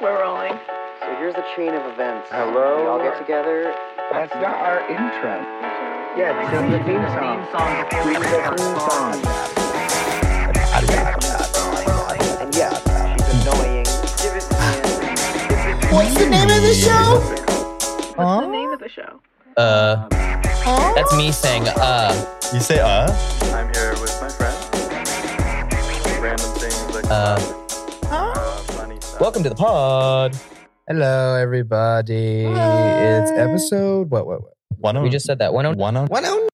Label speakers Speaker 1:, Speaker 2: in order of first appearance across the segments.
Speaker 1: We're rolling.
Speaker 2: So here's the chain of events.
Speaker 3: Hello?
Speaker 2: We all get together.
Speaker 3: That's not our intro. Yeah, it's the theme song.
Speaker 2: And yeah, she's annoying. Give it to me.
Speaker 4: What's the name of the show?
Speaker 1: What's the name of the show?
Speaker 5: Uh,
Speaker 4: Huh?
Speaker 5: that's me saying, uh,
Speaker 6: You say uh?
Speaker 3: I'm here with my friend. Random things like
Speaker 5: uh,
Speaker 4: Huh?
Speaker 3: uh, funny stuff.
Speaker 5: welcome to the pod.
Speaker 7: Hello, everybody. It's
Speaker 4: Hi.
Speaker 7: episode what what what
Speaker 6: One on
Speaker 5: We just said that. One on
Speaker 6: one on
Speaker 7: one oh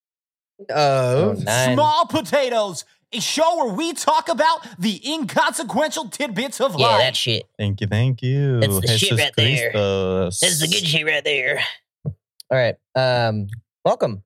Speaker 7: oh
Speaker 5: nine.
Speaker 8: Small Potatoes, a show where we talk about the inconsequential tidbits of
Speaker 5: Yeah,
Speaker 8: life.
Speaker 5: that shit.
Speaker 6: Thank you, thank you.
Speaker 5: That's the shit right there.
Speaker 6: Christos.
Speaker 5: That's the good shit right there. All right. Um, welcome.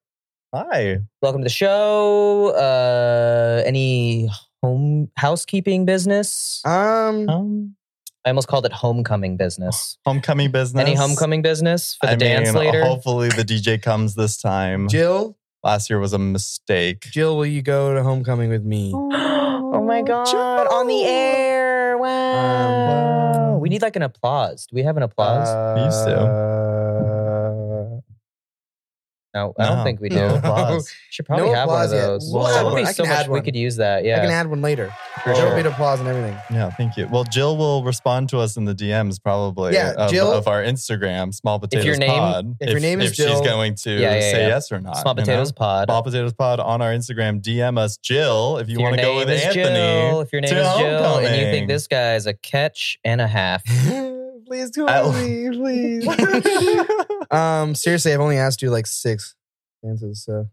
Speaker 6: Hi.
Speaker 5: Welcome to the show. Uh, any home housekeeping business?
Speaker 7: um
Speaker 6: Um,
Speaker 5: I almost called it homecoming business.
Speaker 6: homecoming business.
Speaker 5: Any homecoming business for the
Speaker 6: I
Speaker 5: dance
Speaker 6: mean,
Speaker 5: later?
Speaker 6: Hopefully the DJ comes this time.
Speaker 7: Jill
Speaker 6: Last year was a mistake.
Speaker 7: Jill will you go to homecoming with me?
Speaker 5: oh my god! On the
Speaker 7: Uh,
Speaker 5: air! Wow.
Speaker 7: Um,
Speaker 5: we need like an applause. Do we have an applause?
Speaker 6: used to.
Speaker 7: Uh,
Speaker 5: no, I don't
Speaker 6: no,
Speaker 5: think we do.
Speaker 7: no applause.
Speaker 5: Should probably
Speaker 7: No
Speaker 5: have one of
Speaker 7: applause yet.
Speaker 5: those.
Speaker 7: We'll
Speaker 5: that
Speaker 6: add
Speaker 5: would
Speaker 6: one.
Speaker 5: be
Speaker 7: I
Speaker 5: so
Speaker 7: can add
Speaker 5: much. We
Speaker 7: one.
Speaker 5: could use that.
Speaker 7: I can
Speaker 5: Yeah.
Speaker 7: add one later.
Speaker 6: For
Speaker 7: There'll
Speaker 6: sure.
Speaker 7: be applause and everything.
Speaker 6: Yeah, thank you. Well, Jill will respond to us in the DMs probably
Speaker 7: Yeah,
Speaker 6: of,
Speaker 7: Jill-
Speaker 6: of our Instagram, Small Potatoes
Speaker 5: your name-
Speaker 6: Pod.
Speaker 7: if your name is
Speaker 6: she's
Speaker 7: Jill-
Speaker 6: going to
Speaker 5: Yeah, yeah,
Speaker 6: say
Speaker 5: yeah.
Speaker 6: yes or not.
Speaker 5: Small
Speaker 6: you know?
Speaker 5: potatoes pod.
Speaker 6: Small Potatoes Pod on our Instagram. DM us Jill if you
Speaker 5: If your
Speaker 6: want to go
Speaker 5: name
Speaker 6: with
Speaker 5: is
Speaker 6: Anthony.
Speaker 5: Jill, if your name
Speaker 6: to
Speaker 5: is Jill, and you
Speaker 6: homecoming.
Speaker 5: think this guy is a catch and a half,
Speaker 7: please do
Speaker 6: I'll-
Speaker 7: me, please. um, seriously, I've only asked you like six dances, so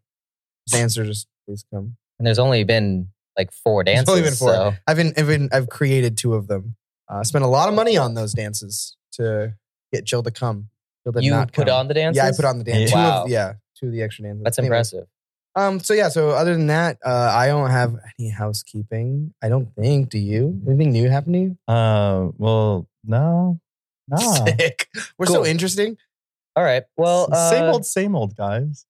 Speaker 7: dancers just please come.
Speaker 5: and there's only been like four dances.
Speaker 7: It's only been four.
Speaker 5: so-
Speaker 7: I've been, I've been, I've created two of them. Uh, I spent a lot of money on those dances to get Jill to come. Jill did
Speaker 5: you
Speaker 7: not
Speaker 5: put
Speaker 7: come.
Speaker 5: on the dances.
Speaker 7: Yeah, I put on the dance. Two
Speaker 5: Wow.
Speaker 7: of, yeah, two of the extra dances.
Speaker 5: That's
Speaker 7: Anyway,
Speaker 5: impressive.
Speaker 7: Um. So yeah. So other than that, uh, I don't have any housekeeping. I don't think. Do you? Anything new happen to you? Um,
Speaker 6: Uh, well, no, no.
Speaker 7: Sick.
Speaker 5: Ah.
Speaker 7: We're
Speaker 5: Cool.
Speaker 7: so interesting.
Speaker 5: All right. Well,
Speaker 6: S- same
Speaker 5: uh,
Speaker 6: old, same old, guys.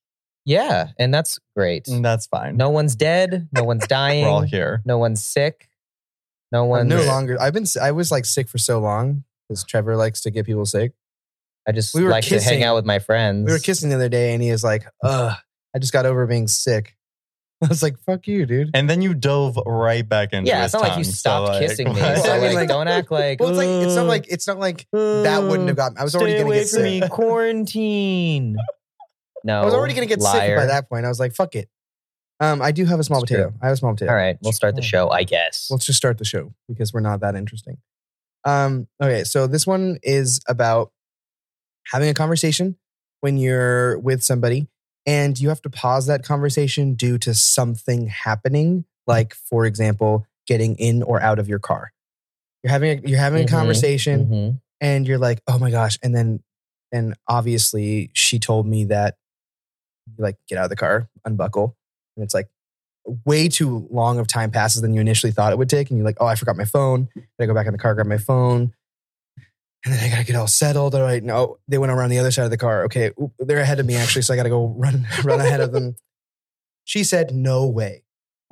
Speaker 5: Yeah, and that's great.
Speaker 7: Mm.
Speaker 6: And that's fine.
Speaker 5: No one's dead. No one's dying.
Speaker 6: we're all here.
Speaker 5: No one's sick. No
Speaker 7: I'm
Speaker 5: one's.
Speaker 7: no longer. I've been. s- I was like sick for so long because Trevor likes to get people sick.
Speaker 5: I just
Speaker 7: We were
Speaker 5: like to hang
Speaker 7: kissing.
Speaker 5: out with my friends.
Speaker 7: We were kissing the other day, and he was like, "Ugh, I just got over being sick." I was like, "Fuck you, dude."
Speaker 6: And then you dove right back into
Speaker 5: Yeah,
Speaker 6: his
Speaker 5: it's not like you
Speaker 6: tongue, so,
Speaker 5: stopped
Speaker 6: like,
Speaker 5: kissing me.
Speaker 6: what?
Speaker 5: So
Speaker 7: I mean,
Speaker 5: like,
Speaker 7: like-
Speaker 5: don't act like.
Speaker 7: well, it's like it's not like it's not like that wouldn't have gotten. I was already
Speaker 5: Stay
Speaker 7: gonna
Speaker 5: away
Speaker 7: get
Speaker 5: from
Speaker 7: sick.
Speaker 5: me. Quarantine. No,
Speaker 7: I was already gonna get sick
Speaker 5: Oh, liar.
Speaker 7: by that point. I was like, "Fuck it." Um, I do have a small
Speaker 5: It's
Speaker 7: potato.
Speaker 5: true.
Speaker 7: I have a small potato.
Speaker 5: All right, we'll start the
Speaker 7: Oh.
Speaker 5: show, I guess.
Speaker 7: let's just start the show because we're not that interesting. Um, okay, so this one is about having a conversation when you're with somebody and you have to pause that conversation due to something happening, like for example, getting in or out of your car. You're having a, you're having
Speaker 5: Mhm,
Speaker 7: a conversation
Speaker 5: Mhm.
Speaker 7: and you're like, "Oh my gosh!" And then and obviously she told me that like get out of the car, unbuckle, and it's like way too long of time passes than you initially thought it would take, and you're like, "Oh, I forgot my phone." Gotta go back in the car, grab my phone, and then I gotta get all settled. All right, no, they went around the other side of the car. Okay, oop, they're ahead of me actually, so I gotta go run run ahead of them. She said, "No way,"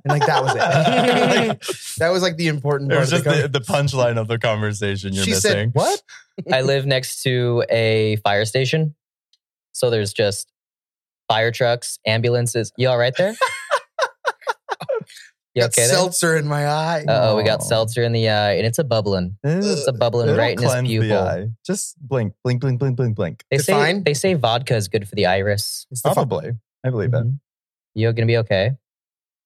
Speaker 7: and like that was it.
Speaker 6: Like,
Speaker 7: that was like the important
Speaker 6: it
Speaker 7: part.
Speaker 6: was
Speaker 7: of
Speaker 6: just
Speaker 7: the conversation.
Speaker 6: the, the punchline of the conversation you're
Speaker 7: she
Speaker 6: missing.
Speaker 7: said, "What?"
Speaker 5: I live next to a fire station, so there's just fire trucks, ambulances. You all right there? you
Speaker 7: Got
Speaker 5: okay there?
Speaker 7: seltzer in my eye.
Speaker 5: Uh oh, we got
Speaker 6: Aw.
Speaker 5: seltzer in the eye, and it's a bubbling. It's a bubbling
Speaker 6: It'll
Speaker 5: right in his
Speaker 6: cleanse the
Speaker 5: pupil.
Speaker 6: eye. Just blink, blink, blink, blink, blink, blink.
Speaker 5: They
Speaker 7: Is it
Speaker 5: say
Speaker 7: fine?
Speaker 5: they say vodka is good for the iris.
Speaker 7: It's the fu-
Speaker 6: Probably. I believe it.
Speaker 5: Mhm. You're gonna be okay.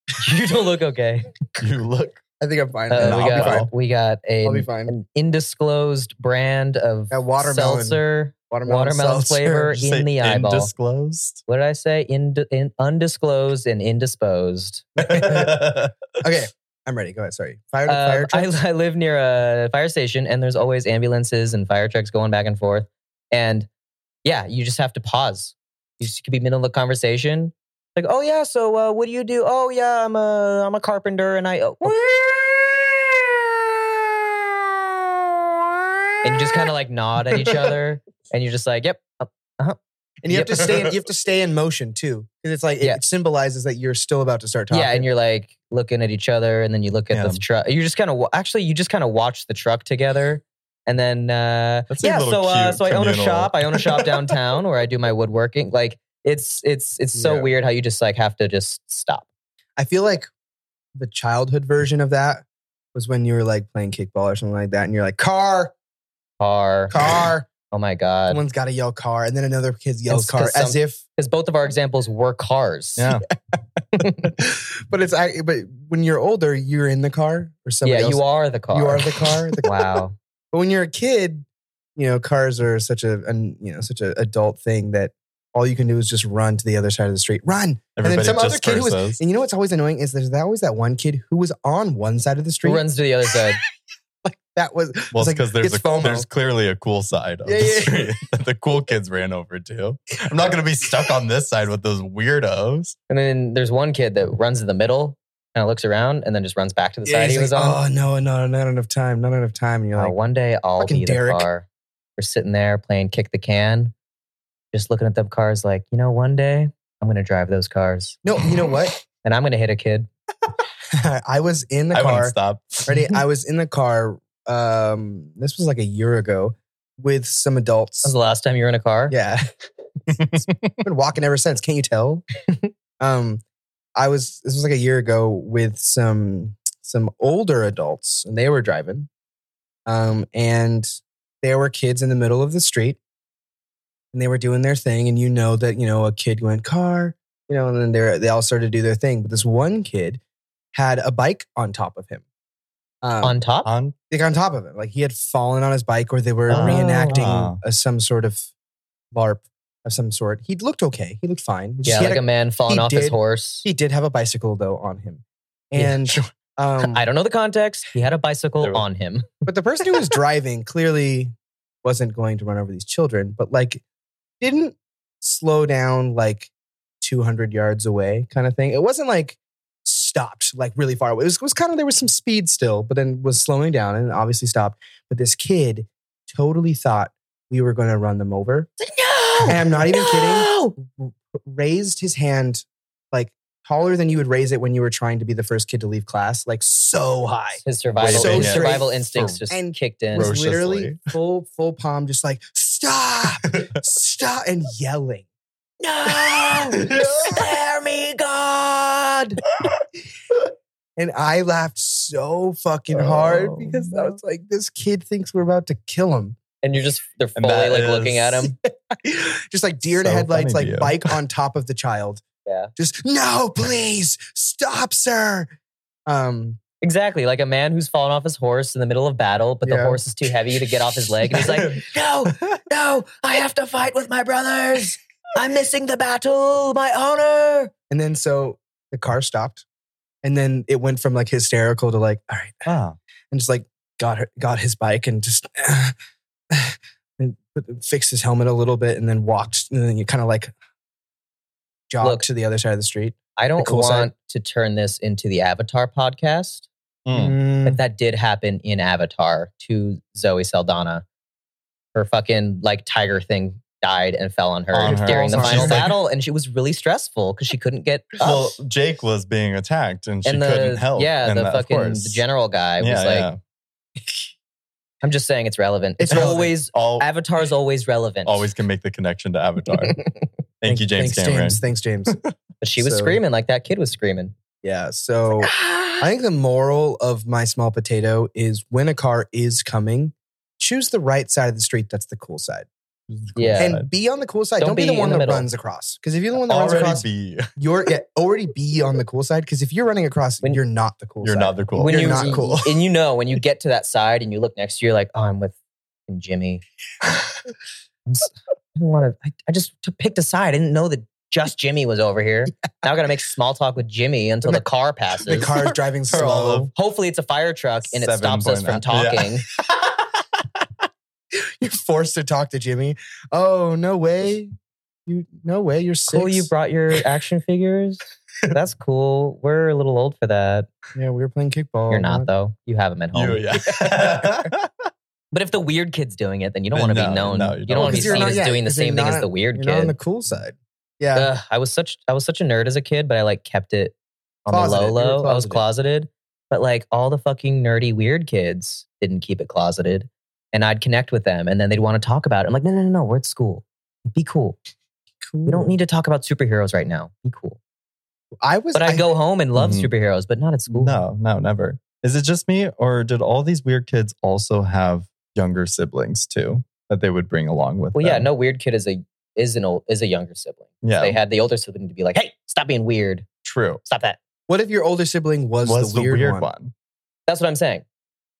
Speaker 5: you don't look okay.
Speaker 6: You look.
Speaker 7: I think I'm fine.
Speaker 5: Uh,
Speaker 6: No,
Speaker 5: we
Speaker 6: I'll
Speaker 5: got
Speaker 6: be fine.
Speaker 5: we got a
Speaker 7: I'll be fine.
Speaker 5: an indisclosed brand of
Speaker 7: That watermelon-
Speaker 5: seltzer, watermelon,
Speaker 7: seltzer.
Speaker 5: flavor
Speaker 6: Did you say
Speaker 5: in the eyeball.
Speaker 6: Indisclosed.
Speaker 5: what did I say? In, in undisclosed and indisposed.
Speaker 7: Okay, I'm ready. Go ahead. Sorry. Fire, fire
Speaker 5: Um, I,
Speaker 7: truck.
Speaker 5: I live near a fire station, and there's always ambulances and fire trucks going back and forth. And yeah, you just have to pause. You just could be middle of the conversation, like, "Oh yeah, so uh, what do you do? Oh yeah, I'm a I'm a carpenter, and I." Oh. oh." And you just kind of like nod at each other, and you're just like, "Yep, uh,
Speaker 7: and you have to
Speaker 6: Yep.
Speaker 7: stay. In, you have to stay in motion too, because it's like it-
Speaker 5: Yeah.
Speaker 7: it symbolizes that you're still about to start talking.
Speaker 5: yeah," and you're like looking at each other, and then you look at
Speaker 6: Yeah.
Speaker 5: the truck. You just kind of actually you just kind of watch the truck together, And then uh,
Speaker 6: That seems
Speaker 5: yeah,
Speaker 6: a little
Speaker 5: so uh,
Speaker 6: cute,
Speaker 5: so I own a
Speaker 6: communal.
Speaker 5: shop. I own a shop downtown where I do my woodworking. Like it's it's it's so
Speaker 7: Yeah.
Speaker 5: weird how you just like have to just stop.
Speaker 7: I feel like the childhood version of that was when you were like playing kickball or something like that, and you're like car,
Speaker 5: Car.
Speaker 7: car.
Speaker 5: Oh my god.
Speaker 7: Someone's got to yell car, and then another kid yells
Speaker 5: It's 'cause
Speaker 7: car
Speaker 5: some-
Speaker 7: as if.
Speaker 5: Because both of our examples were cars.
Speaker 6: Yeah.
Speaker 7: but it's I. But when you're older, you're in the car or somebody
Speaker 5: Yeah,
Speaker 7: else.
Speaker 5: you are the car.
Speaker 7: You are the car. The-
Speaker 5: wow.
Speaker 7: But when you're a kid, you know cars are such a an, you know such a adult thing that all you can do is just run to the other side of the street, run.
Speaker 6: Everybody
Speaker 7: and then some other kid who
Speaker 6: disperses.
Speaker 7: was. And you know what's always annoying is there's always that one kid who was on one side of the street.
Speaker 5: Who runs to the other side?
Speaker 7: That was
Speaker 6: well, it's
Speaker 7: it's like,
Speaker 6: because there's
Speaker 7: it's
Speaker 6: a
Speaker 7: FOMO.
Speaker 6: there's clearly a cool side of
Speaker 7: Yeah,
Speaker 6: the
Speaker 7: yeah.
Speaker 6: street that the cool kids ran over to. I'm not going to be stuck on this side with those weirdos.
Speaker 5: and then there's one kid that runs in the middle, kind of looks around, and then just runs back to the
Speaker 7: Yeah,
Speaker 5: side
Speaker 7: he's
Speaker 5: he was
Speaker 7: like,
Speaker 5: on.
Speaker 7: Oh no, no, not enough time, not enough time. And you're
Speaker 5: Uh,
Speaker 7: like,
Speaker 5: one day I'll
Speaker 7: fucking
Speaker 5: be the
Speaker 7: Derek.
Speaker 5: car. We're sitting there playing kick the can, just looking at them cars. Like you know, one day I'm gonna drive those cars,
Speaker 7: no, you know what?
Speaker 5: and I'm gonna hit a kid.
Speaker 7: I was in the
Speaker 6: I wouldn't
Speaker 7: car.
Speaker 6: stop.
Speaker 7: Ready? I was in the car. Um, this was like a year ago with some adults.
Speaker 5: That was the last time you were in a car.
Speaker 7: Yeah. I've been walking ever since. Can't you tell? um, I was this was like a year ago with some some older adults, and they were driving. Um, and there were kids in the middle of the street, and they were doing their thing, and you know that you know a kid went car, you know, and then they they all started to do their thing, but this one kid had a bike on top of him. Um,
Speaker 5: On top.
Speaker 6: On
Speaker 7: like on top of him. Like he had fallen on his bike or they were
Speaker 6: Oh.
Speaker 7: reenacting a, some sort of LARP of some sort. He looked okay. He looked fine. Just
Speaker 5: yeah,
Speaker 7: he, had
Speaker 5: like a,
Speaker 7: a-
Speaker 5: man falling
Speaker 7: he
Speaker 5: off his
Speaker 7: did-
Speaker 5: horse.
Speaker 7: he did have a bicycle though on him.
Speaker 5: Yeah,
Speaker 7: And
Speaker 5: sure.
Speaker 7: um,
Speaker 5: I don't know the context. He had a bicycle
Speaker 6: There was-
Speaker 5: on him.
Speaker 7: but the person who was driving clearly wasn't going to run over these children, but like didn't slow down like 200 yards away kind of thing. It wasn't like stopped like really far away. It was, was kind of there was some speed still, but then was slowing down and obviously stopped. But this kid totally thought we were going to run them over.
Speaker 5: No,
Speaker 7: And I'm not even kidding. Raised his hand like taller than you would raise it when you were trying to be the first kid to leave class, like so high.
Speaker 5: His survival,
Speaker 6: So
Speaker 5: his
Speaker 6: straight
Speaker 5: survival instincts just
Speaker 7: and
Speaker 5: kicked in.
Speaker 7: was
Speaker 6: ferociously.
Speaker 7: literally full full palm, just like stop, stop, and yelling. No, spare me, God. and I laughed so fucking hard
Speaker 6: Oh,
Speaker 7: because I
Speaker 6: no.
Speaker 7: was like, this kid thinks we're about to kill him.
Speaker 5: and you're just they're
Speaker 6: And
Speaker 5: fully
Speaker 6: that
Speaker 5: like
Speaker 6: is-
Speaker 5: looking at him.
Speaker 7: just like deer in
Speaker 6: So
Speaker 7: headlights,
Speaker 6: funny
Speaker 7: like
Speaker 6: to you.
Speaker 7: bike on top of the child.
Speaker 5: Yeah.
Speaker 7: Just no, please stop, sir. Um,
Speaker 5: Exactly, like a man who's fallen off his horse in the middle of battle, but the
Speaker 7: Yeah.
Speaker 5: horse is too heavy to get off his leg, and he's like, "No, no, I have to fight with my brothers. I'm missing the battle, my honor."
Speaker 7: and then so the car stopped, and then it went from like hysterical to like, all right,
Speaker 6: Ah,
Speaker 7: and just like got her, got his bike and just and put, fixed his helmet a little bit and then walked and then you kind of like jogged
Speaker 5: Look.
Speaker 7: to the other side of the street.
Speaker 5: I don't
Speaker 7: cool
Speaker 5: want
Speaker 7: side.
Speaker 5: to turn this into the Avatar podcast,
Speaker 6: mm.
Speaker 5: but that did happen in Avatar to Zoe Saldana. Her fucking like tiger thing died and fell on her,
Speaker 6: On her.
Speaker 5: during the
Speaker 7: Falls on
Speaker 5: final
Speaker 7: her.
Speaker 5: battle, and she was really stressful because she couldn't get up.
Speaker 6: Well, Jake was being attacked and she
Speaker 5: and the
Speaker 6: couldn't help.
Speaker 5: yeah,
Speaker 6: and
Speaker 5: the
Speaker 6: that- of
Speaker 5: fucking
Speaker 6: course.
Speaker 5: the general guy was
Speaker 6: Yeah,
Speaker 5: like,
Speaker 6: yeah.
Speaker 5: "I'm just saying it's relevant. It's,
Speaker 7: It's relevant.
Speaker 5: always
Speaker 6: all
Speaker 5: Avatar's always relevant.
Speaker 6: always can make the connection to Avatar. Thank you, James
Speaker 7: thanks,
Speaker 6: Cameron.
Speaker 7: James, thanks, James.
Speaker 5: But she was
Speaker 7: So-
Speaker 5: screaming like that kid was screaming.
Speaker 7: yeah. So I
Speaker 5: "Ah!"
Speaker 7: think the moral of my small potato is when a car is coming, choose the right side of the street. That's the cool side.
Speaker 5: Yeah.
Speaker 7: And be on the cool side.
Speaker 5: Don't
Speaker 7: Don't, be,
Speaker 5: be
Speaker 7: the
Speaker 5: in
Speaker 7: one
Speaker 5: the
Speaker 7: that
Speaker 5: middle. Uh,
Speaker 7: runs across. Because if you're the one that runs
Speaker 6: already
Speaker 7: across,
Speaker 6: be
Speaker 7: you're yeah, already be on the cool side. Because if you're running across,
Speaker 5: When-
Speaker 7: you're not the cool
Speaker 6: you're
Speaker 7: side.
Speaker 6: not the cool.
Speaker 7: When You're you- not cool.
Speaker 5: And you know when you get to that side and you look next to you, you're like, oh, I'm with fucking Jimmy. I'm s- I didn't want to. I, I just t- picked a side. I didn't know that just Jimmy was over here. Now I got to make small talk with Jimmy until the car passes.
Speaker 7: the car is driving
Speaker 6: For all
Speaker 7: slow.
Speaker 6: of-
Speaker 5: Hopefully, it's a fire truck and it
Speaker 6: Seven
Speaker 5: stops us
Speaker 6: point
Speaker 5: from
Speaker 6: nine. Yeah.
Speaker 5: talking.
Speaker 7: You're forced to talk to Jimmy. Oh, no way. You no way. You're six.
Speaker 5: Cool, you brought your action figures. That's cool. We're a little old for that.
Speaker 7: yeah, we were playing kickball.
Speaker 5: You're not though. You have them at home.
Speaker 6: You, yeah.
Speaker 5: But if the weird kid's doing it, then you don't
Speaker 6: Then
Speaker 5: want to
Speaker 6: no,
Speaker 5: be known.
Speaker 6: no, you
Speaker 5: you don't,
Speaker 6: don't.
Speaker 5: want to
Speaker 6: Because
Speaker 5: be
Speaker 6: you're
Speaker 5: seen
Speaker 6: not-
Speaker 5: as
Speaker 7: yeah,
Speaker 5: doing the
Speaker 7: because you're
Speaker 5: same thing as
Speaker 7: not-
Speaker 5: the weird
Speaker 7: You're
Speaker 5: kid.
Speaker 7: not on the cool side. Yeah.
Speaker 5: Ugh, I was such I was such a nerd as a kid, but I like kept it on
Speaker 7: Closeted.
Speaker 5: the
Speaker 7: You were
Speaker 5: low low. I was closeted, but like all the fucking nerdy weird kids didn't keep it closeted, and I'd connect with them and then they'd want to talk about it. I'm like, no, no, no, no, we're at school. Be cool.
Speaker 7: Cool.
Speaker 5: We don't need to talk about superheroes right now. Be cool.
Speaker 7: I Mm-hmm. was.
Speaker 5: But I go home and love
Speaker 6: Mhm.
Speaker 5: superheroes, but not at school.
Speaker 6: No, no, never. Is it just me, or did all these weird kids also have younger siblings too that they would bring along with?
Speaker 5: Well, yeah,
Speaker 6: them?
Speaker 5: no weird kid is a is an old is a younger sibling.
Speaker 6: yeah,
Speaker 5: They had the older sibling to be like, hey, stop being weird.
Speaker 6: true.
Speaker 5: Stop that.
Speaker 7: What if your older sibling was,
Speaker 6: Was
Speaker 7: the, weird one?
Speaker 5: That's what I'm saying.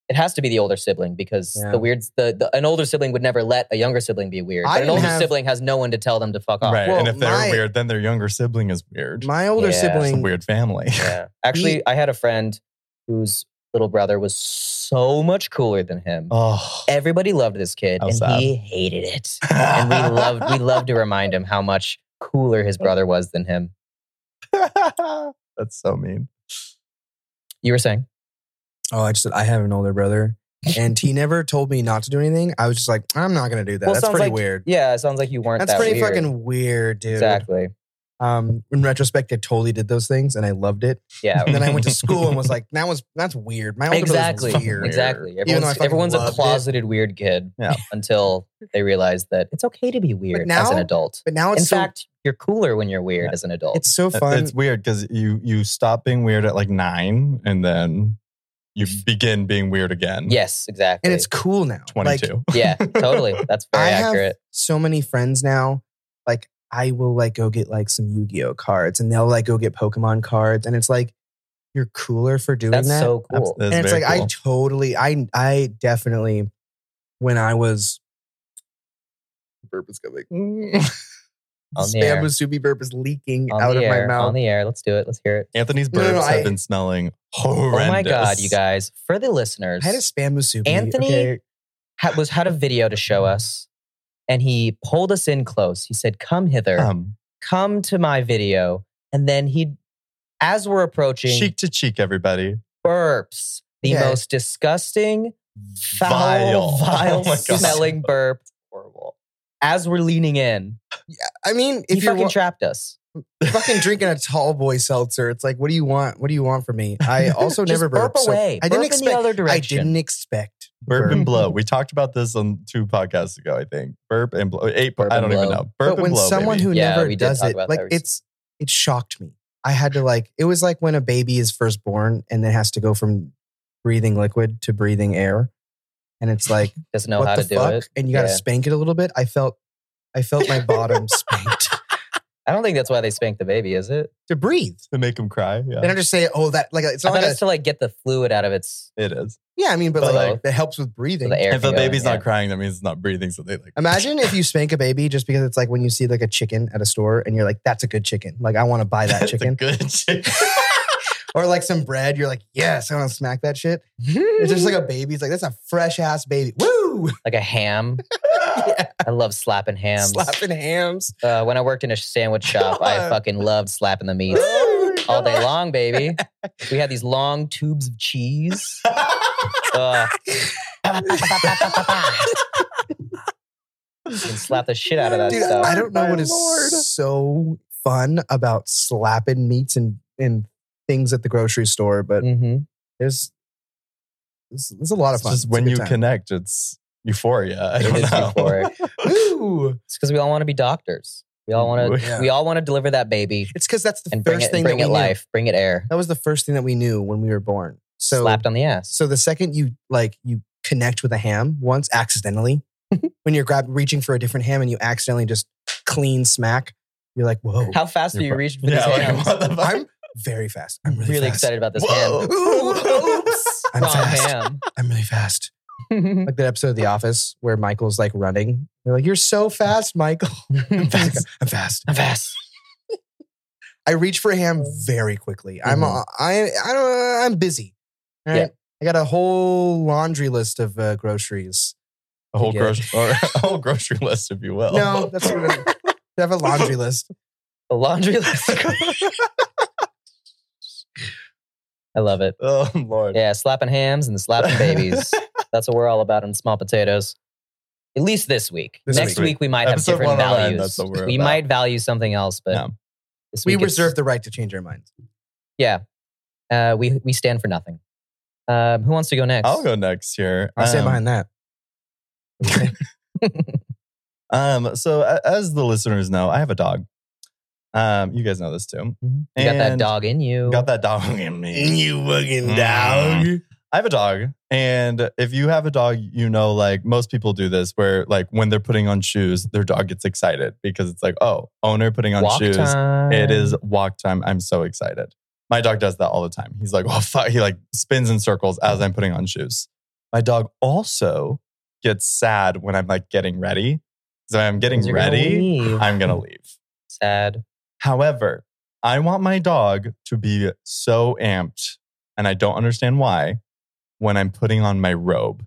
Speaker 5: It has to be the older sibling because
Speaker 7: Yeah.
Speaker 5: the weird the, the an older sibling would never let a younger sibling be weird.
Speaker 7: I
Speaker 5: But an
Speaker 7: didn't
Speaker 5: older
Speaker 7: have-
Speaker 5: sibling has no one to tell them to fuck off.
Speaker 6: right?
Speaker 7: Well,
Speaker 6: and if they're
Speaker 7: my-
Speaker 6: weird, then their younger sibling is weird.
Speaker 7: My older
Speaker 5: Yeah.
Speaker 6: It's a
Speaker 7: sibling.
Speaker 6: weird family.
Speaker 5: Yeah. Actually, I had a friend whose little brother was so much cooler than him.
Speaker 6: Oh,
Speaker 5: Everybody loved this kid,
Speaker 6: How
Speaker 5: and
Speaker 6: sad.
Speaker 5: he hated it. and we loved we loved to remind him how much cooler his brother was than him.
Speaker 6: That's so mean.
Speaker 5: You were saying?
Speaker 7: Oh, I just said I have an older brother, and he never told me not to do anything. I was just like, I'm not gonna do that.
Speaker 5: Well,
Speaker 7: That's
Speaker 5: sounds
Speaker 7: pretty
Speaker 5: like-
Speaker 7: weird.
Speaker 5: Yeah, it sounds like you weren't.
Speaker 7: That's
Speaker 5: that
Speaker 7: pretty
Speaker 5: weird.
Speaker 7: fucking weird, dude.
Speaker 5: Exactly.
Speaker 7: Um, in retrospect, I totally did those things, and I loved it.
Speaker 5: Yeah.
Speaker 7: And then I went to school and was like, that was that's weird. My older
Speaker 5: exactly.
Speaker 7: brother's weird.
Speaker 5: Exactly.
Speaker 7: though I
Speaker 5: Everyone's,
Speaker 7: fucking
Speaker 5: everyone's a
Speaker 7: loved it.
Speaker 5: closeted weird kid
Speaker 6: Yeah.
Speaker 5: until they realize that it's okay to be weird as an
Speaker 7: now-
Speaker 5: adult.
Speaker 7: But now it's
Speaker 5: In
Speaker 7: so,
Speaker 5: fact, uh, you're cooler when you're weird as an adult.
Speaker 7: it's so fun.
Speaker 6: It's weird because you you stop being weird at like nine, and then you begin being weird again.
Speaker 5: yes, exactly.
Speaker 7: and it's cool now.
Speaker 6: twenty
Speaker 7: Like,
Speaker 6: two.
Speaker 5: yeah, totally. That's very
Speaker 7: I have
Speaker 5: accurate.
Speaker 7: so many friends now. Like I will like go get like some Yu Gi Oh cards, and they'll like go get Pokemon cards, and it's like you're cooler for doing
Speaker 5: That's
Speaker 7: that.
Speaker 5: so cool.
Speaker 6: That's
Speaker 7: and it's
Speaker 6: very
Speaker 7: like I
Speaker 6: cool.
Speaker 7: totally, I I definitely when I was burp is coming.
Speaker 5: On the
Speaker 7: Spam
Speaker 5: air.
Speaker 7: Musubi burp is leaking
Speaker 5: On
Speaker 7: out
Speaker 5: the
Speaker 7: of
Speaker 5: air,
Speaker 7: my mouth.
Speaker 5: on the air. Let's do it. Let's hear it.
Speaker 6: Anthony's
Speaker 7: No,
Speaker 6: burps
Speaker 7: no, no,
Speaker 6: have
Speaker 7: I-
Speaker 6: been smelling horrendous.
Speaker 5: Oh my god, you guys! For the listeners,
Speaker 7: I had a spam musubi.
Speaker 5: Anthony-
Speaker 7: okay?
Speaker 5: had, was had a video to show us, and he pulled us in close. He said, "Come hither,
Speaker 6: Um,
Speaker 5: come to my video," and then he, as we're approaching,
Speaker 6: cheek to cheek, everybody.
Speaker 5: burps the
Speaker 7: Yeah.
Speaker 5: most disgusting, foul, vile
Speaker 6: Oh my God.
Speaker 5: smelling burp. Horrible. As we're leaning in,
Speaker 7: I mean, if
Speaker 5: he
Speaker 7: you're
Speaker 5: fucking
Speaker 7: fucking,
Speaker 5: trapped us.
Speaker 7: fucking drinking a tall boy seltzer, it's like, what do you want? What do you want from me? I also
Speaker 5: Just
Speaker 7: never
Speaker 5: burp
Speaker 7: burp. so
Speaker 5: away.
Speaker 7: I
Speaker 5: Burp
Speaker 7: didn't
Speaker 5: in the
Speaker 7: expect.
Speaker 5: other
Speaker 7: I
Speaker 5: direction.
Speaker 7: didn't expect
Speaker 6: Burp and
Speaker 7: burp.
Speaker 6: blow. We talked about this on two podcasts ago, I think. Burp and blow. Eight.
Speaker 5: Burp
Speaker 6: I
Speaker 5: and
Speaker 6: don't even
Speaker 5: blow.
Speaker 6: know. Burp
Speaker 7: but when
Speaker 6: and blow.
Speaker 7: someone
Speaker 6: baby.
Speaker 7: who
Speaker 5: Yeah,
Speaker 7: never
Speaker 5: we did
Speaker 7: does
Speaker 5: talk
Speaker 7: it,
Speaker 5: about
Speaker 7: like
Speaker 5: that
Speaker 7: it's it shocked me. I had to like it was like when a baby is first born and then has to go from breathing liquid to breathing air, and it's like
Speaker 5: Doesn't know
Speaker 7: what
Speaker 5: how
Speaker 7: the
Speaker 5: to do
Speaker 7: fuck?
Speaker 5: it.
Speaker 7: And you got to
Speaker 5: Yeah.
Speaker 7: spank it a little bit. I felt I felt my bottom spanked
Speaker 5: I don't think that's why they spank the baby, is it?
Speaker 7: to breathe.
Speaker 6: to make him cry. Yeah,
Speaker 7: They don't just say, "Oh, that like it's
Speaker 5: I
Speaker 7: not
Speaker 5: thought
Speaker 7: like
Speaker 5: it's
Speaker 7: a,
Speaker 5: to like get the fluid out of its
Speaker 6: it is.
Speaker 7: yeah." I mean, but
Speaker 5: But,
Speaker 7: like,
Speaker 5: like,
Speaker 7: that helps with
Speaker 5: so
Speaker 7: breathing.
Speaker 5: the air.
Speaker 6: If a
Speaker 5: can go in,
Speaker 6: baby's
Speaker 5: yeah.
Speaker 6: not crying, that means it's not breathing. So they like.
Speaker 7: Imagine if you spank a baby just because it's like when you see like a chicken at a store and you're like, "That's a good chicken." Like I want to buy that
Speaker 6: That's a
Speaker 7: chicken.
Speaker 6: good chicken.
Speaker 7: or like some bread. You're like, "Yes, I want to smack that shit." It's just like a baby. It's like that's a fresh ass baby. Woo!
Speaker 5: like a ham. I love slapping hams.
Speaker 7: Slapping hams.
Speaker 5: Uh, when I worked in a sandwich shop, I
Speaker 7: God.
Speaker 5: fucking loved slapping the meat all day long, baby. We had these long tubes of cheese. Uh, you can slap the shit out of that
Speaker 7: Dude,
Speaker 5: stuff.
Speaker 7: I don't know
Speaker 6: My
Speaker 7: what is
Speaker 6: lord.
Speaker 7: so fun about slapping meats and and things at the grocery store, but
Speaker 5: hmm
Speaker 7: there's it's, it's a lot of
Speaker 6: It's
Speaker 7: fun.
Speaker 6: just
Speaker 7: It's a
Speaker 6: when
Speaker 7: good
Speaker 6: you
Speaker 7: time.
Speaker 6: connect, it's euphoria. I
Speaker 5: It
Speaker 6: don't
Speaker 5: is
Speaker 6: know.
Speaker 5: euphoric.
Speaker 7: Woo!
Speaker 5: It's because we all want to be doctors. We all want to.
Speaker 7: Yeah.
Speaker 5: We all want to deliver that baby
Speaker 7: It's because that's the
Speaker 5: and bring
Speaker 7: first
Speaker 5: it,
Speaker 7: thing
Speaker 5: bring
Speaker 7: that
Speaker 5: it
Speaker 7: we
Speaker 5: life, bring it air.
Speaker 7: knew. That was the first thing that we knew when we were born. So
Speaker 5: slapped on the ass.
Speaker 7: so the second you like you connect with a ham once accidentally,
Speaker 5: Mm-hmm.
Speaker 7: when you're grab reaching for a different ham and you accidentally just clean smack, you're like, whoa!
Speaker 5: How fast
Speaker 6: You're
Speaker 5: are you
Speaker 6: fine.
Speaker 5: reaching for
Speaker 6: Yeah,
Speaker 5: these
Speaker 6: like,
Speaker 5: hams?
Speaker 6: what the fuck?
Speaker 7: I'm very fast. I'm
Speaker 5: I'm
Speaker 7: really,
Speaker 5: really,
Speaker 7: fast.
Speaker 5: excited about this
Speaker 6: Whoa.
Speaker 5: ham.
Speaker 7: Ooh, oops. I'm
Speaker 5: Wrong
Speaker 7: fast.
Speaker 5: ham.
Speaker 7: I'm really fast.
Speaker 5: I'm
Speaker 7: Like that episode of The Office where Michael's like running. They're like, "You're so fast, Michael." I'm fast. I'm fast.
Speaker 5: fast.
Speaker 7: I reach for ham very quickly. I'm uh, I I don't I'm busy. All right?
Speaker 5: Mm-hmm. Yeah.
Speaker 7: I got a whole laundry list of uh, groceries.
Speaker 6: a whole
Speaker 7: Yeah.
Speaker 6: grocery or a whole grocery list, if you will.
Speaker 7: No, that's what it is. I have a laundry list.
Speaker 5: A laundry list. I love it.
Speaker 6: Oh Lord.
Speaker 5: Yeah, slapping hams and slapping babies. That's what we're all about in small potatoes. At least this week.
Speaker 7: This
Speaker 5: Next
Speaker 6: week.
Speaker 5: week, we might have
Speaker 6: Episode
Speaker 5: different
Speaker 6: 109,
Speaker 5: values.
Speaker 6: that's what we're
Speaker 5: we
Speaker 6: about.
Speaker 5: might value something else, but
Speaker 6: Yeah.
Speaker 5: this
Speaker 7: We
Speaker 5: week it's-
Speaker 7: reserve the right to change our minds.
Speaker 5: Uh, we we stand for nothing. Um, who wants to go next?
Speaker 6: I'll go next here.
Speaker 7: I stand
Speaker 6: Um,
Speaker 7: behind that.
Speaker 6: Um, so a- as the listeners know, I have a dog. Um, you guys know this too.
Speaker 5: Mm-hmm. You got that
Speaker 6: And-
Speaker 5: dog in you.
Speaker 6: Got that dog in me.
Speaker 7: fucking
Speaker 6: dog. I have a dog, and if you have a dog, you know, like most people do this, where like when they're putting on shoes, their dog gets excited because it's like, oh, owner putting on
Speaker 5: Walk
Speaker 6: shoes.
Speaker 5: time.
Speaker 6: It is walk time. I'm so excited. My dog does that all the time. He's like, oh fuck. He like spins in circles as I'm putting on shoes. My dog also gets sad when I'm like getting ready. So I'm getting
Speaker 5: You're gonna
Speaker 6: ready.
Speaker 5: leave.
Speaker 6: I'm gonna leave.
Speaker 5: Sad.
Speaker 6: However, I want my dog to be so amped, and I don't understand why, when I'm putting on my robe.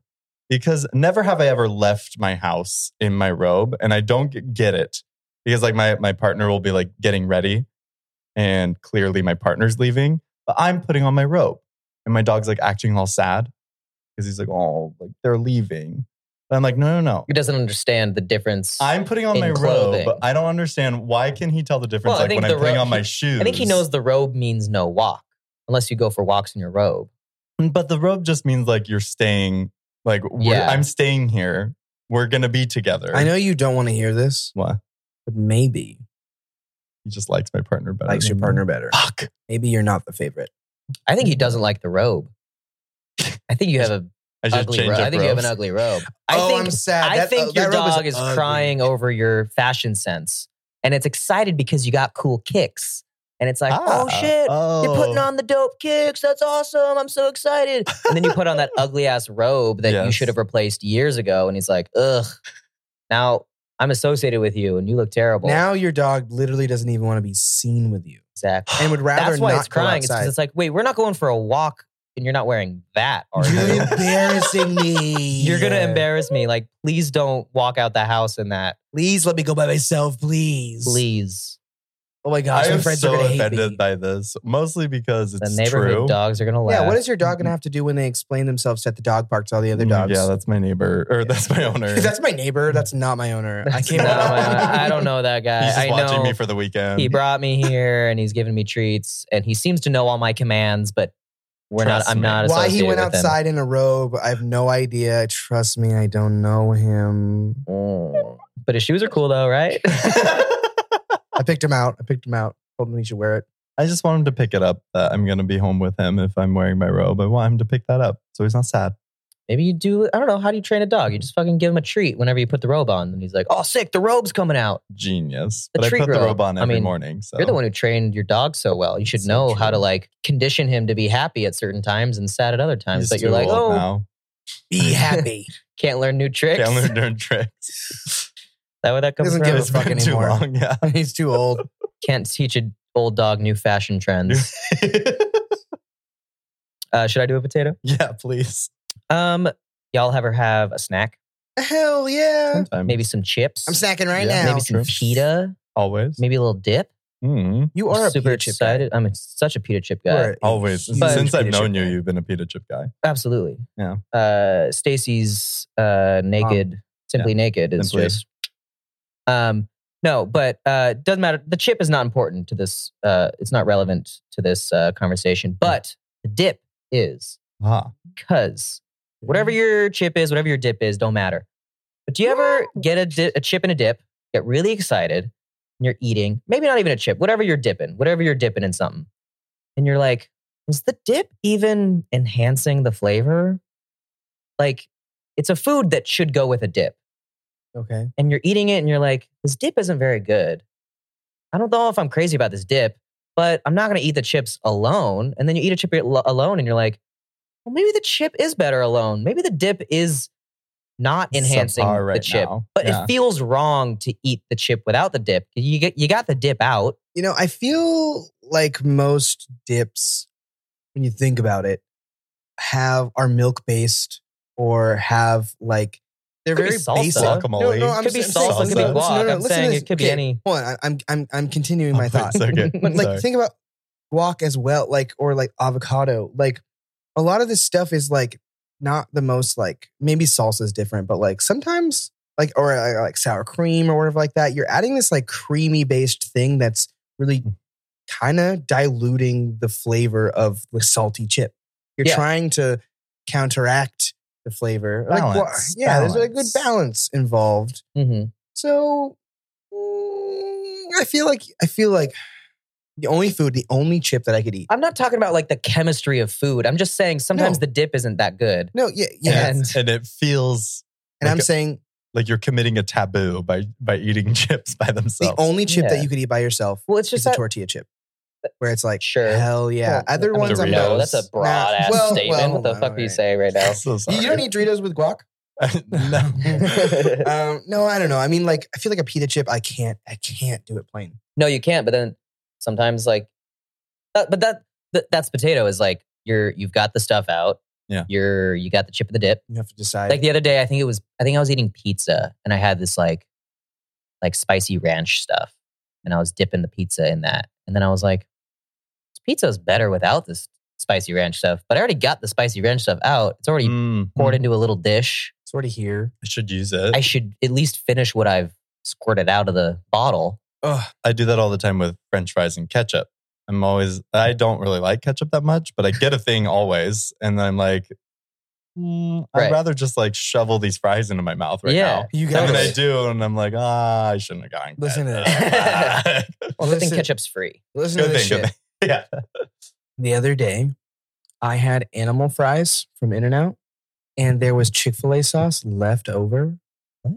Speaker 6: Because never have I ever left my house in my robe, and I don't g- get it. Because like my, my partner will be like getting ready, and clearly my partner's leaving, but I'm putting on my robe. And my dog's like acting all sad because he's like, oh, like they're leaving. But I'm like, no, no, no.
Speaker 5: He doesn't understand the difference.
Speaker 6: I'm putting on
Speaker 5: in
Speaker 6: my
Speaker 5: clothing.
Speaker 6: robe. I don't understand why can he tell the difference
Speaker 5: Well, I
Speaker 6: like
Speaker 5: think
Speaker 6: when
Speaker 5: the
Speaker 6: I'm putting
Speaker 5: ro-
Speaker 6: on my
Speaker 5: he-
Speaker 6: shoes.
Speaker 5: I think he knows the robe means no walk, unless you go for walks in your robe.
Speaker 6: But the robe just means like you're staying like we're,
Speaker 5: Yeah.
Speaker 6: I'm staying here. We're going to be together.
Speaker 7: I know you don't want to hear this,
Speaker 6: What?
Speaker 7: but maybe
Speaker 6: He just likes my partner better.
Speaker 7: likes your
Speaker 6: than-
Speaker 7: partner better.
Speaker 6: Fuck.
Speaker 7: Maybe you're not the favorite.
Speaker 5: I think he
Speaker 7: Mm-hmm.
Speaker 5: doesn't like the robe. I think you have a
Speaker 6: I should
Speaker 5: ugly
Speaker 6: change
Speaker 5: robe.
Speaker 6: up
Speaker 5: I think you have an
Speaker 6: robes.
Speaker 5: ugly robe. I
Speaker 7: oh,
Speaker 5: think
Speaker 7: I'm sad.
Speaker 5: I
Speaker 7: That-
Speaker 5: think
Speaker 7: uh,
Speaker 5: your
Speaker 7: that robe
Speaker 5: dog is
Speaker 7: ugly.
Speaker 5: crying over your fashion sense, and it's excited because you got cool kicks, and it's like, oh
Speaker 6: Ah.
Speaker 5: shit, you're putting
Speaker 6: Oh.
Speaker 5: on the dope kicks. That's awesome. I'm so excited. And then you put on that ugly ass robe that you
Speaker 6: Yes.
Speaker 5: should have replaced years ago, and he's like, ugh. Now I'm associated with you, and you look terrible.
Speaker 7: Now your dog literally doesn't even want to be seen with you,
Speaker 5: exactly.
Speaker 7: and would rather
Speaker 5: That's why
Speaker 7: not
Speaker 5: it's crying. It's
Speaker 7: go
Speaker 5: 'cause
Speaker 7: outside.
Speaker 5: it's like, wait, we're not going for a walk, and you're not wearing that, are
Speaker 7: You're
Speaker 5: you?
Speaker 7: embarrassing me.
Speaker 5: You're gonna embarrass me. Like, please don't walk out the house in that.
Speaker 7: Please let me go by myself, please.
Speaker 5: Please.
Speaker 7: Oh my
Speaker 6: I
Speaker 7: gosh,
Speaker 6: am
Speaker 7: my friends are
Speaker 6: so
Speaker 7: gonna hate me.
Speaker 6: offended by this, mostly because
Speaker 5: The
Speaker 6: it's
Speaker 5: neighborhood
Speaker 6: true.
Speaker 5: dogs are gonna laugh.
Speaker 7: yeah, what is your dog gonna have to do when they explain themselves at the dog park to all the other
Speaker 6: Mm,
Speaker 7: dogs?
Speaker 6: Yeah, that's my neighbor or that's my owner.
Speaker 7: that's my neighbor. That's not my owner. I
Speaker 5: No,
Speaker 7: came
Speaker 5: man,
Speaker 7: out.
Speaker 5: I I don't know that guy.
Speaker 6: He's just
Speaker 5: I
Speaker 6: watching
Speaker 5: know
Speaker 6: me for the weekend.
Speaker 5: he brought me here and he's giving me treats and he seems to know all my commands, but we're
Speaker 6: Trust
Speaker 5: not. I'm
Speaker 6: me.
Speaker 5: not.
Speaker 7: Why he
Speaker 5: associated with
Speaker 7: went
Speaker 5: him.
Speaker 7: outside in a robe, I have no idea. Trust me, I don't know him.
Speaker 5: Mm. But his shoes are cool though, right?
Speaker 7: I picked him out. I picked him out. Told him he should wear it.
Speaker 6: I just want him to pick it up that I'm going to be home with him if I'm wearing my robe. I want him to pick that up so he's not sad.
Speaker 5: Maybe you do. I don't know. How do you train a dog? You just fucking give him a treat whenever you put the robe on, and he's like, "Oh, sick! The robe's coming out."
Speaker 6: genius.
Speaker 5: The
Speaker 6: but I
Speaker 5: tree
Speaker 6: put the
Speaker 5: grow.
Speaker 6: robe on
Speaker 5: I
Speaker 6: every
Speaker 5: mean,
Speaker 6: morning. So
Speaker 5: You're the one who trained your dog so well. You should
Speaker 7: So
Speaker 5: know how
Speaker 7: true.
Speaker 5: to like condition him to be happy at certain times and sad at other times.
Speaker 6: He's
Speaker 5: but you're
Speaker 6: too
Speaker 5: like,
Speaker 6: old
Speaker 5: "Oh,
Speaker 6: now.
Speaker 7: Be happy.
Speaker 5: can't learn new tricks."
Speaker 6: Can't learn new tricks.
Speaker 5: that where that comes
Speaker 7: Doesn't
Speaker 5: from?
Speaker 7: give a
Speaker 6: it's
Speaker 7: fuck
Speaker 6: been too
Speaker 7: anymore.
Speaker 6: long. Yeah.
Speaker 7: He's too old.
Speaker 5: can't teach an old dog new fashion trends. uh, should I do a potato?
Speaker 6: yeah, please.
Speaker 5: Um, y'all ever have a snack?
Speaker 7: Hell yeah.
Speaker 6: Sometimes.
Speaker 5: Eh, Maybe some chips.
Speaker 7: I'm snacking right
Speaker 6: Yeah.
Speaker 7: now.
Speaker 5: Maybe some pita.
Speaker 6: Always.
Speaker 5: Maybe a little dip.
Speaker 6: Mm,
Speaker 7: you are
Speaker 5: I'm
Speaker 7: a
Speaker 5: super
Speaker 7: pita chip guy.
Speaker 5: excited. I'm such a pita chip
Speaker 7: You
Speaker 5: guy.
Speaker 7: are a
Speaker 6: Always.
Speaker 7: huge
Speaker 5: But-
Speaker 6: Since I've
Speaker 7: pita chip
Speaker 6: known you,
Speaker 7: guy.
Speaker 6: you've been a pita chip guy.
Speaker 5: Absolutely.
Speaker 6: Yeah.
Speaker 5: Uh, Stacy's uh, naked, simply naked is
Speaker 6: Simply.
Speaker 5: just. Um. No, but uh, doesn't matter. The chip is not important to this. Uh, it's not relevant to this uh, conversation. But the dip is.
Speaker 6: Ah,
Speaker 5: because whatever your chip is, whatever your dip is, don't matter. But do you ever get a, di- a chip and a dip, get really excited, and you're eating, maybe not even a chip, whatever you're dipping, whatever you're dipping in something, and you're like, is the dip even enhancing the flavor? Like, it's a food that should go with a dip,
Speaker 7: Okay.
Speaker 5: and you're eating it, and you're like, this dip isn't very good. I don't know if I'm crazy about this dip, but I'm not going to eat the chips alone. And then you eat a chip al- alone, and you're like, well, maybe the chip is better alone. Maybe the dip is not enhancing
Speaker 6: subpar
Speaker 5: the
Speaker 6: right
Speaker 5: chip,
Speaker 6: now.
Speaker 5: but
Speaker 6: Yeah.
Speaker 5: it feels wrong to eat the chip without the dip. You get you got the dip out.
Speaker 7: You know, I feel like most dips, when you think about it, have are milk based or have like they're
Speaker 5: Could be
Speaker 7: very
Speaker 5: salsa.
Speaker 7: basic.
Speaker 6: Guacamole.
Speaker 7: No, no, I'm
Speaker 5: Could be
Speaker 7: s- I'm
Speaker 6: salsa,
Speaker 7: saying-
Speaker 6: could be
Speaker 7: listen,
Speaker 5: guac. I'm
Speaker 7: listen to
Speaker 5: saying
Speaker 7: this.
Speaker 5: it could be
Speaker 7: Okay,
Speaker 5: any- Oh,
Speaker 7: Hold on, I- I'm I'm I'm continuing my thought.
Speaker 6: It's okay.
Speaker 5: But,
Speaker 7: like
Speaker 6: Sorry.
Speaker 7: think about guac as well like or like avocado like a lot of this stuff is like not the most like maybe salsa is different but like sometimes like or uh, like sour cream or whatever like that you're adding this like creamy based thing that's really
Speaker 6: Hmm.
Speaker 7: kind of diluting the flavor of the salty chip you're
Speaker 5: Yeah.
Speaker 7: trying to counteract the flavor. Like, wha-
Speaker 6: Balance,
Speaker 7: yeah, there's a good
Speaker 6: balance.
Speaker 7: balance involved.
Speaker 5: hmm
Speaker 7: So mm, I feel like I feel like the only food, the only chip that I could eat.
Speaker 5: I'm not talking about like the chemistry of food. I'm just saying sometimes
Speaker 7: No.
Speaker 5: the dip isn't that good.
Speaker 7: No, yeah, yeah.
Speaker 5: And-
Speaker 6: And, and it feels
Speaker 7: And I'm
Speaker 6: like a-
Speaker 7: saying
Speaker 6: like you're committing a taboo by by eating chips by
Speaker 7: the
Speaker 6: themselves.
Speaker 7: only chip
Speaker 5: yeah.
Speaker 7: that you could eat by yourself
Speaker 5: Well, it's
Speaker 7: is
Speaker 5: just
Speaker 7: a
Speaker 5: that.
Speaker 7: tortilla chip, where it's like,
Speaker 5: Sure.
Speaker 7: hell yeah.
Speaker 5: Well,
Speaker 7: Other
Speaker 5: I mean,
Speaker 7: ones, I'm
Speaker 5: no,
Speaker 6: Doritos.
Speaker 7: not.
Speaker 5: that's a broad ass
Speaker 7: well,
Speaker 5: statement.
Speaker 7: well,
Speaker 5: what the
Speaker 7: well,
Speaker 5: fuck are you
Speaker 7: alright.
Speaker 5: saying right now?
Speaker 6: so sorry.
Speaker 7: You don't eat Doritos with guac.
Speaker 6: no.
Speaker 7: um, no, I don't know. I mean, like, I feel like a pita chip. I can't. I can't do it plain.
Speaker 5: No, you can't. But then sometimes, like, that, but that, that that's potato is like you're you've got the stuff out.
Speaker 6: Yeah.
Speaker 5: you're you got the chip of the dip.
Speaker 7: You have to decide.
Speaker 5: Like the other day, I think it was I think I was eating pizza and I had this like like spicy ranch stuff, and I was dipping the pizza in that, and then I was like, this pizza's better without this spicy ranch stuff. But I already got the spicy ranch stuff out. It's already
Speaker 6: Mm,
Speaker 5: poured into a little dish.
Speaker 7: it's already here.
Speaker 6: I should use it.
Speaker 5: I
Speaker 6: I,
Speaker 5: should at least finish what I've squirted out of the bottle.
Speaker 6: do that all the time with French fries and ketchup. I'm always I don't really like ketchup that much, but I get a thing always, and I'm like, mm,
Speaker 5: Right.
Speaker 6: I'd rather just like shovel these fries into my mouth right
Speaker 5: Yeah.
Speaker 6: now.
Speaker 7: You
Speaker 6: And
Speaker 7: guys.
Speaker 6: then I
Speaker 5: Totally.
Speaker 6: do, and I'm like, ah, I shouldn't have gotten.
Speaker 7: Listen to
Speaker 6: ketchup."
Speaker 5: Well, I think
Speaker 7: Listen-
Speaker 5: ketchup's free.
Speaker 7: Listen to
Speaker 6: good
Speaker 7: this
Speaker 6: thing.
Speaker 7: shit.
Speaker 6: Good thing. Yeah.
Speaker 7: the other day, I had animal fries from In N Out, and there was Chick fil A sauce left over
Speaker 5: What?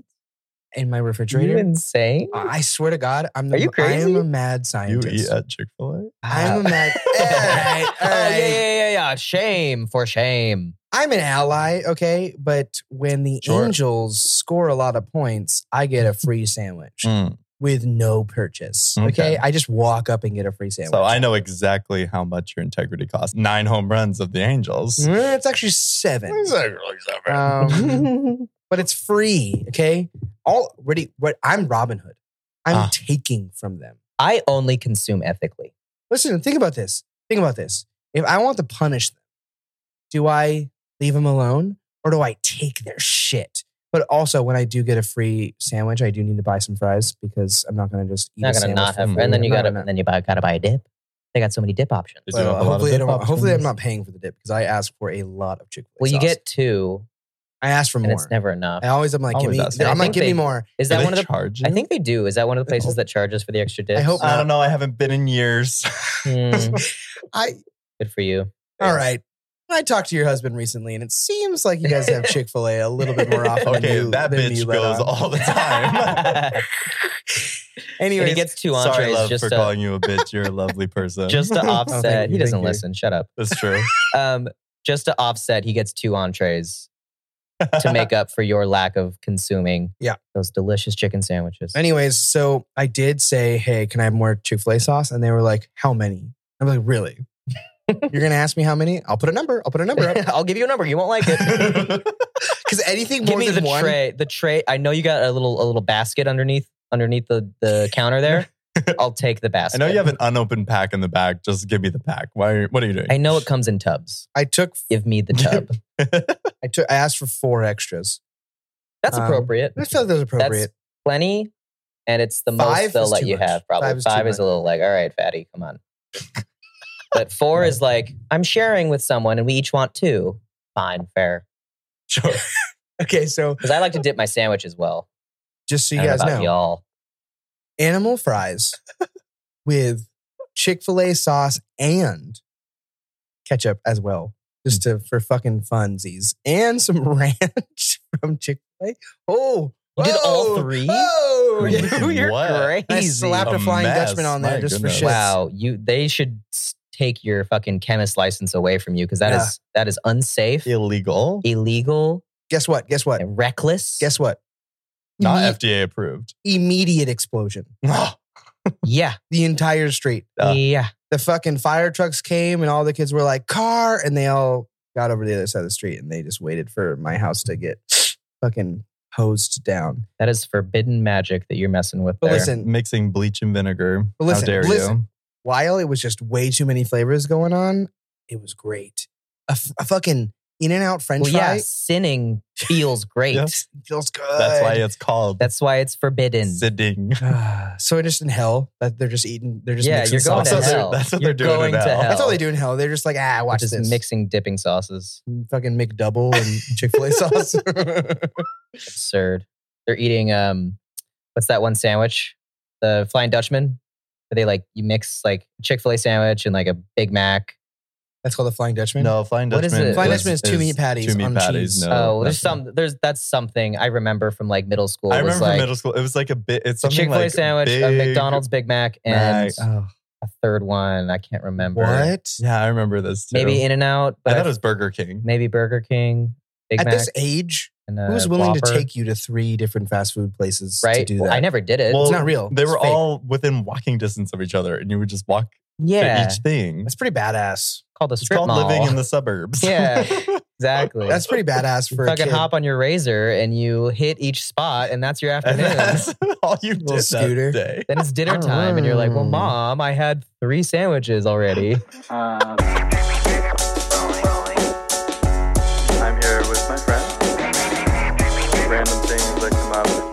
Speaker 7: in my
Speaker 5: you
Speaker 7: refrigerator.
Speaker 5: insane?
Speaker 7: I I swear to God, I'm the,
Speaker 5: Are you
Speaker 7: I am
Speaker 5: crazy?
Speaker 7: a mad
Speaker 6: You
Speaker 7: scientist.
Speaker 6: eat at Chick Fil
Speaker 7: I'm a mad. all right, all
Speaker 5: Oh, yeah,
Speaker 7: right.
Speaker 5: yeah, yeah, yeah. Shame for shame.
Speaker 7: I'm an ally, okay? But when the
Speaker 6: Sure.
Speaker 7: Angels score a lot of points, I get a free sandwich
Speaker 6: A? Mm.
Speaker 7: with no purchase. Okay?
Speaker 6: Okay.
Speaker 7: I just walk up and get a free sandwich.
Speaker 6: So I know exactly how much your integrity costs. Nine home runs of the Angels.
Speaker 7: Mm, it's actually seven. Um,
Speaker 5: Um,
Speaker 7: but it's free. Okay, already. What I'm Robin Hood. I'm
Speaker 6: Ah.
Speaker 7: taking from them.
Speaker 5: I only consume ethically.
Speaker 7: Listen, think about this. Think about this. If I want to punish them, do I leave them alone or do I take their shit? But also, when I do get a free sandwich, I do need to buy some fries because I'm not going to just eat
Speaker 5: Not
Speaker 7: a
Speaker 5: gonna
Speaker 7: sandwich.
Speaker 5: not
Speaker 7: for
Speaker 5: have,
Speaker 7: free.
Speaker 5: and then you
Speaker 7: No,
Speaker 5: gotta,
Speaker 7: no, no.
Speaker 5: and then you buy, gotta buy a dip. They got so many dip options.
Speaker 6: They do
Speaker 7: Well,
Speaker 6: have a lot of
Speaker 7: hopefully, I
Speaker 6: dip
Speaker 7: don't, hopefully, I'm
Speaker 6: options.
Speaker 7: not paying for the dip because I asked for a lot of chicken.
Speaker 5: Well, you get two,
Speaker 7: I asked for
Speaker 5: and
Speaker 7: more.
Speaker 5: it's never enough.
Speaker 7: I always am like, give
Speaker 6: Always
Speaker 7: me.
Speaker 6: ask for
Speaker 7: I'm
Speaker 5: more.
Speaker 7: like, give me
Speaker 5: They-
Speaker 7: more.
Speaker 5: Is
Speaker 6: Do
Speaker 5: that
Speaker 6: they
Speaker 5: one of the?
Speaker 6: charge you?
Speaker 5: I think Uh, they do. Is that one of the places that charges for the extra dips?
Speaker 7: I hope
Speaker 6: I don't know. I haven't been in years.
Speaker 5: Hmm,
Speaker 7: I
Speaker 5: good for you.
Speaker 7: All right. I talked to your husband recently, and it seems like you guys have Chick Fil A a little bit more often.
Speaker 6: okay,
Speaker 7: than you,
Speaker 6: that
Speaker 7: than
Speaker 6: bitch
Speaker 7: you let
Speaker 6: goes
Speaker 7: on.
Speaker 6: all the time.
Speaker 5: and he
Speaker 7: Anyways,
Speaker 5: gets two
Speaker 6: Sorry,
Speaker 5: entrees
Speaker 6: love,
Speaker 5: just
Speaker 6: for
Speaker 5: to,
Speaker 6: calling you a bitch. You're a lovely person.
Speaker 5: just to
Speaker 7: Oh,
Speaker 5: offset.
Speaker 7: thank you,
Speaker 5: he doesn't
Speaker 7: thank you.
Speaker 5: listen. Shut up.
Speaker 6: That's true.
Speaker 5: Um, just to offset, he gets two entrees to make up for your lack of consuming
Speaker 7: Yeah.
Speaker 5: those delicious chicken sandwiches.
Speaker 7: anyways, so I did say, "Hey, can I have more Chick Fil A sauce?" And they were like, "How many?" I'm like, "Really? You're gonna ask me how many? I'll put a number. I'll put a number up
Speaker 5: I'll give you a number. You won't like it.
Speaker 7: because anything
Speaker 5: give
Speaker 7: more
Speaker 5: me
Speaker 7: than
Speaker 5: the
Speaker 7: one,
Speaker 5: tray. The tray. I know you got a little a little basket underneath underneath the, the counter there. I'll take
Speaker 6: I
Speaker 5: the basket.
Speaker 6: know you have an unopened pack in the back. Just give me the pack. Why? Are, what are you doing?
Speaker 5: I know it comes in tubs.
Speaker 7: I took,
Speaker 5: Give me the tub.
Speaker 7: I took, I asked for four extras.
Speaker 5: That's
Speaker 7: Um,
Speaker 5: appropriate.
Speaker 7: I feel like that was
Speaker 5: That's
Speaker 7: appropriate.
Speaker 5: plenty, and it's the
Speaker 7: Five
Speaker 5: most they'll
Speaker 7: is
Speaker 5: let
Speaker 7: too
Speaker 5: you
Speaker 7: much.
Speaker 5: have. Probably
Speaker 7: Five
Speaker 5: five
Speaker 7: is
Speaker 5: is,
Speaker 7: too much.
Speaker 5: a little like, all right, fatty, come on. but four is like, I'm sharing with someone, and we each want two. Fine, fair.
Speaker 6: sure.
Speaker 7: okay, so
Speaker 5: Because I like to dip my sandwich as well.
Speaker 7: just so you
Speaker 5: I don't
Speaker 7: guys
Speaker 5: know
Speaker 7: know,
Speaker 5: about y'all.
Speaker 7: animal fries with Chick fil A sauce and ketchup as well, just to, for fucking funsies, and some ranch from Chick fil A. Oh,
Speaker 5: You did all
Speaker 7: whoa,
Speaker 5: three?
Speaker 7: Oh,
Speaker 6: You're
Speaker 7: yeah.
Speaker 6: making
Speaker 5: You're
Speaker 6: what?
Speaker 5: crazy.
Speaker 7: I slapped a
Speaker 6: A
Speaker 7: flying
Speaker 6: mess,
Speaker 7: Dutchman on there
Speaker 6: my
Speaker 7: just
Speaker 6: goodness.
Speaker 7: for shit.
Speaker 5: Wow, you they should s- take your fucking chemist license away from you because that is
Speaker 7: Yeah.
Speaker 5: that is unsafe,
Speaker 6: Illegal.
Speaker 5: illegal,
Speaker 7: Guess what? Guess what?
Speaker 5: and reckless.
Speaker 7: Guess what?
Speaker 6: Not
Speaker 7: Imme-
Speaker 6: FDA approved.
Speaker 7: immediate explosion.
Speaker 5: yeah,
Speaker 7: The entire street.
Speaker 6: Uh.
Speaker 5: yeah.
Speaker 7: The fucking fire trucks came and all the kids were like, car. And they all got over to the other side of the street and they just waited for my house to get fucking hosed down.
Speaker 5: That is forbidden magic that you're messing with.
Speaker 7: But
Speaker 5: there.
Speaker 7: listen,
Speaker 6: Mixing bleach and vinegar.
Speaker 7: But listen,
Speaker 6: How dare
Speaker 7: listen. while it was just way too many flavors going on, it was great. A, f- a fucking In and out French
Speaker 5: Well, yeah,
Speaker 7: fries
Speaker 5: sinning feels great.
Speaker 6: Yeah.
Speaker 7: feels good.
Speaker 6: That's why it's called
Speaker 5: That's why it's forbidden.
Speaker 6: sitting.
Speaker 7: so they're just in hell. That they're just eating. They're just
Speaker 5: yeah,
Speaker 7: mixing
Speaker 5: you're going
Speaker 6: sauces.
Speaker 5: to
Speaker 7: sauces.
Speaker 6: That's what they're- that's what
Speaker 5: hell. you're
Speaker 6: they're doing in
Speaker 5: going to
Speaker 6: hell.
Speaker 5: hell.
Speaker 7: That's all they do in hell. They're just like ah, watch
Speaker 5: Just
Speaker 7: this
Speaker 5: mixing dipping sauces.
Speaker 7: fucking McDouble and Chick Fil A sauce.
Speaker 5: Absurd. They're eating um, what's that one sandwich? The Flying Dutchman. Where they like you mix like Chick Fil A sandwich and like a Big Mac.
Speaker 7: That's called the Flying Dutchman.
Speaker 6: No, Flying
Speaker 5: What
Speaker 6: Dutchman.
Speaker 5: is it? Flying
Speaker 6: was-
Speaker 7: Dutchman is two meat patties
Speaker 6: Two meat
Speaker 7: on
Speaker 6: patties.
Speaker 7: cheese.
Speaker 6: No,
Speaker 5: Oh, there's
Speaker 6: that's not-
Speaker 5: some. There's that's something I remember from like middle school.
Speaker 6: I
Speaker 5: It was,
Speaker 6: remember from
Speaker 5: like,
Speaker 6: middle school. It was like a bit. It's
Speaker 5: A
Speaker 6: something
Speaker 5: Chick Fil A
Speaker 6: like
Speaker 5: sandwich, a
Speaker 6: big
Speaker 5: McDonald's Big Mac, and
Speaker 6: Mac.
Speaker 7: Oh,
Speaker 5: a third one I can't remember.
Speaker 7: what?
Speaker 6: Yeah, I remember this too.
Speaker 5: Maybe In and Out,
Speaker 6: I
Speaker 5: but
Speaker 6: thought it was Burger King.
Speaker 5: maybe Burger King, Big
Speaker 7: At
Speaker 5: Mac.
Speaker 7: this age,
Speaker 5: and a
Speaker 7: who's willing to
Speaker 5: Uh, Whopper,
Speaker 7: take you to three different fast food places
Speaker 5: right?
Speaker 7: to do
Speaker 5: Well,
Speaker 7: that?
Speaker 5: I never did it.
Speaker 6: Well,
Speaker 7: It's not real.
Speaker 6: They
Speaker 7: It's
Speaker 6: were
Speaker 7: fake.
Speaker 6: all within walking distance of each other, and you would just walk
Speaker 5: yeah,
Speaker 6: to each thing.
Speaker 7: That's pretty badass.
Speaker 5: called a
Speaker 6: It's
Speaker 5: strip
Speaker 6: called
Speaker 5: mall.
Speaker 6: living in the suburbs.
Speaker 5: yeah, exactly.
Speaker 7: That's pretty badass
Speaker 5: you
Speaker 7: for a
Speaker 5: fucking
Speaker 7: kid.
Speaker 5: hop on your razor and you hit each spot, and that's your
Speaker 6: and
Speaker 5: afternoon.
Speaker 6: that's all you did
Speaker 7: Little
Speaker 6: that
Speaker 7: scooter.
Speaker 6: day.
Speaker 5: then it's dinner time, and you're like, "Well,
Speaker 7: Mm.
Speaker 5: mom, I had three sandwiches already."
Speaker 3: Uh,
Speaker 2: Rolling.
Speaker 3: I'm here with my friends. Random things that come up.